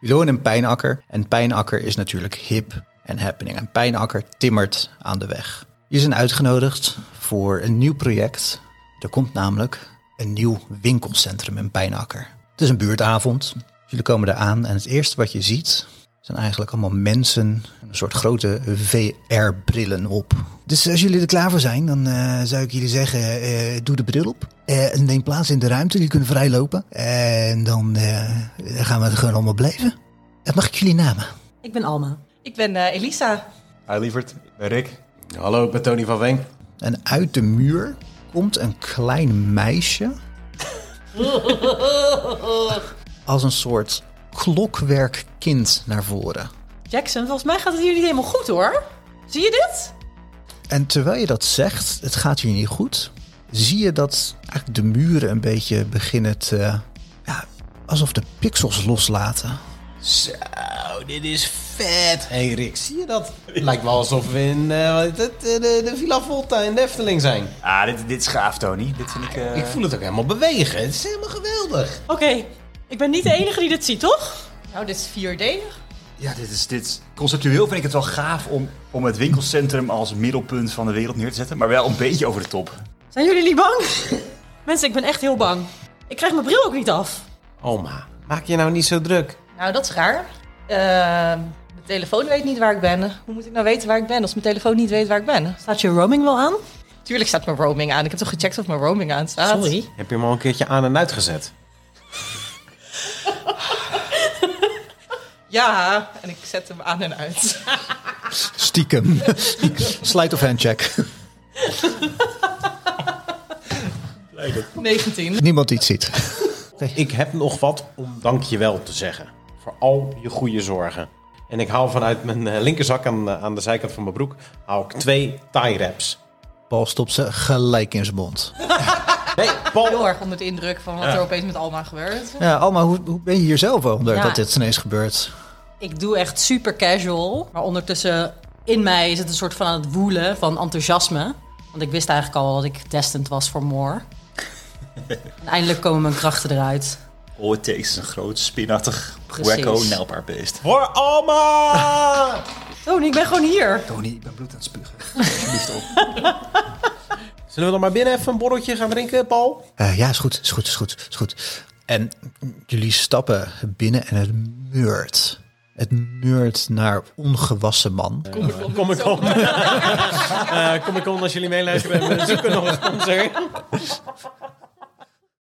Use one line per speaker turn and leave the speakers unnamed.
Jullie wonen in Pijnakker en Pijnakker is natuurlijk hip en happening. En Pijnakker timmert aan de weg. Jullie zijn uitgenodigd voor een nieuw project. Er komt namelijk een nieuw winkelcentrum in Pijnakker. Het is een buurtavond. Jullie komen daar aan en het eerste wat je ziet zijn eigenlijk allemaal mensen. Een soort grote VR-brillen op. Dus als jullie er klaar voor zijn, dan eh, zou ik jullie zeggen, eh, doe de bril op. Eh, en neem plaats in de ruimte, jullie kunnen vrij lopen. en dan eh, gaan we er gewoon allemaal blijven. Eh, Mag ik jullie namen?
Ik ben Alma.
Ik ben eh, Elisa.
Hi lieverd, ik ben Rick.
Hallo, ik ben Tony van Wenk.
En uit de muur komt een klein meisje. als een soort klokwerkkind naar voren.
Jackson, volgens mij gaat het jullie helemaal goed hoor. Zie je dit?
En terwijl je dat zegt, het gaat hier niet goed, zie je dat eigenlijk de muren een beetje beginnen te. Ja, alsof de pixels loslaten.
Zo, dit is vet. hey Rick, zie je dat? Het lijkt wel alsof we in eh, wat is het, eh, de, de Villa Volta in de Efteling zijn.
Ah, dit, dit is gaaf, Tony. Dit vind ik... eh,
Ik voel het ook helemaal bewegen. Het is helemaal geweldig.
Oké, ik ben niet de enige die dit ziet, toch?
Nou, dit is 4D.
Ja, dit is, dit is- Conceptueel vind ik het wel gaaf om, om het winkelcentrum als middelpunt van de wereld neer te zetten. Maar wel een beetje over de top.
Zijn jullie niet bang? Mensen, ik ben echt heel bang. Ik krijg mijn bril ook niet af.
Oma, maak je nou niet zo druk.
Nou, dat is raar. Ehm, mijn telefoon weet niet waar ik ben. Hoe moet ik nou weten waar ik ben als mijn telefoon niet weet waar ik ben?
Staat je roaming wel aan?
Tuurlijk staat mijn roaming aan. Ik heb toch gecheckt of mijn roaming aan staat?
Sorry.
Heb je hem al een keertje aan en uitgezet?
Ja, en ik zet hem aan en uit.
Stiekem. Slide of hand check.
19.
Niemand iets ziet.
Ik heb nog wat om dankjewel te zeggen. Voor al je goede zorgen. En ik haal vanuit mijn eh, linkerzak aan, eh, aan de zijkant van mijn broek... haal ik twee tie wraps.
Paul stopt ze gelijk in zijn mond.
Nee,
Heel
Paul.
erg onder de indruk van wat er opeens met Alma gebeurt.
Ja, Alma, hoe, hoe ben je hier zelf onder
Ja.
dat dit ineens gebeurt?
Ik doe echt super casual. Maar ondertussen in mij is het een soort van aan het woelen van enthousiasme. Want ik wist eigenlijk al dat ik destined was voor more. en eindelijk komen mijn krachten eruit.
All it takes is een groot, spinachtig,
Precies.
wacko, nijlbaar beest.
Voor Alma!
Tony, ik ben gewoon hier.
Tony, ik ben bloed aan het spugen.
Zullen we dan maar binnen even een borreltje gaan drinken, Paul?
Eh, ja, is goed, is goed, is goed, is goed. En jullie stappen binnen en het meurt. Het meurt naar ongewassen man.
Kom ik om. Eh, kom ik om als jullie meeluisteren. We zoeken nog een sponsor.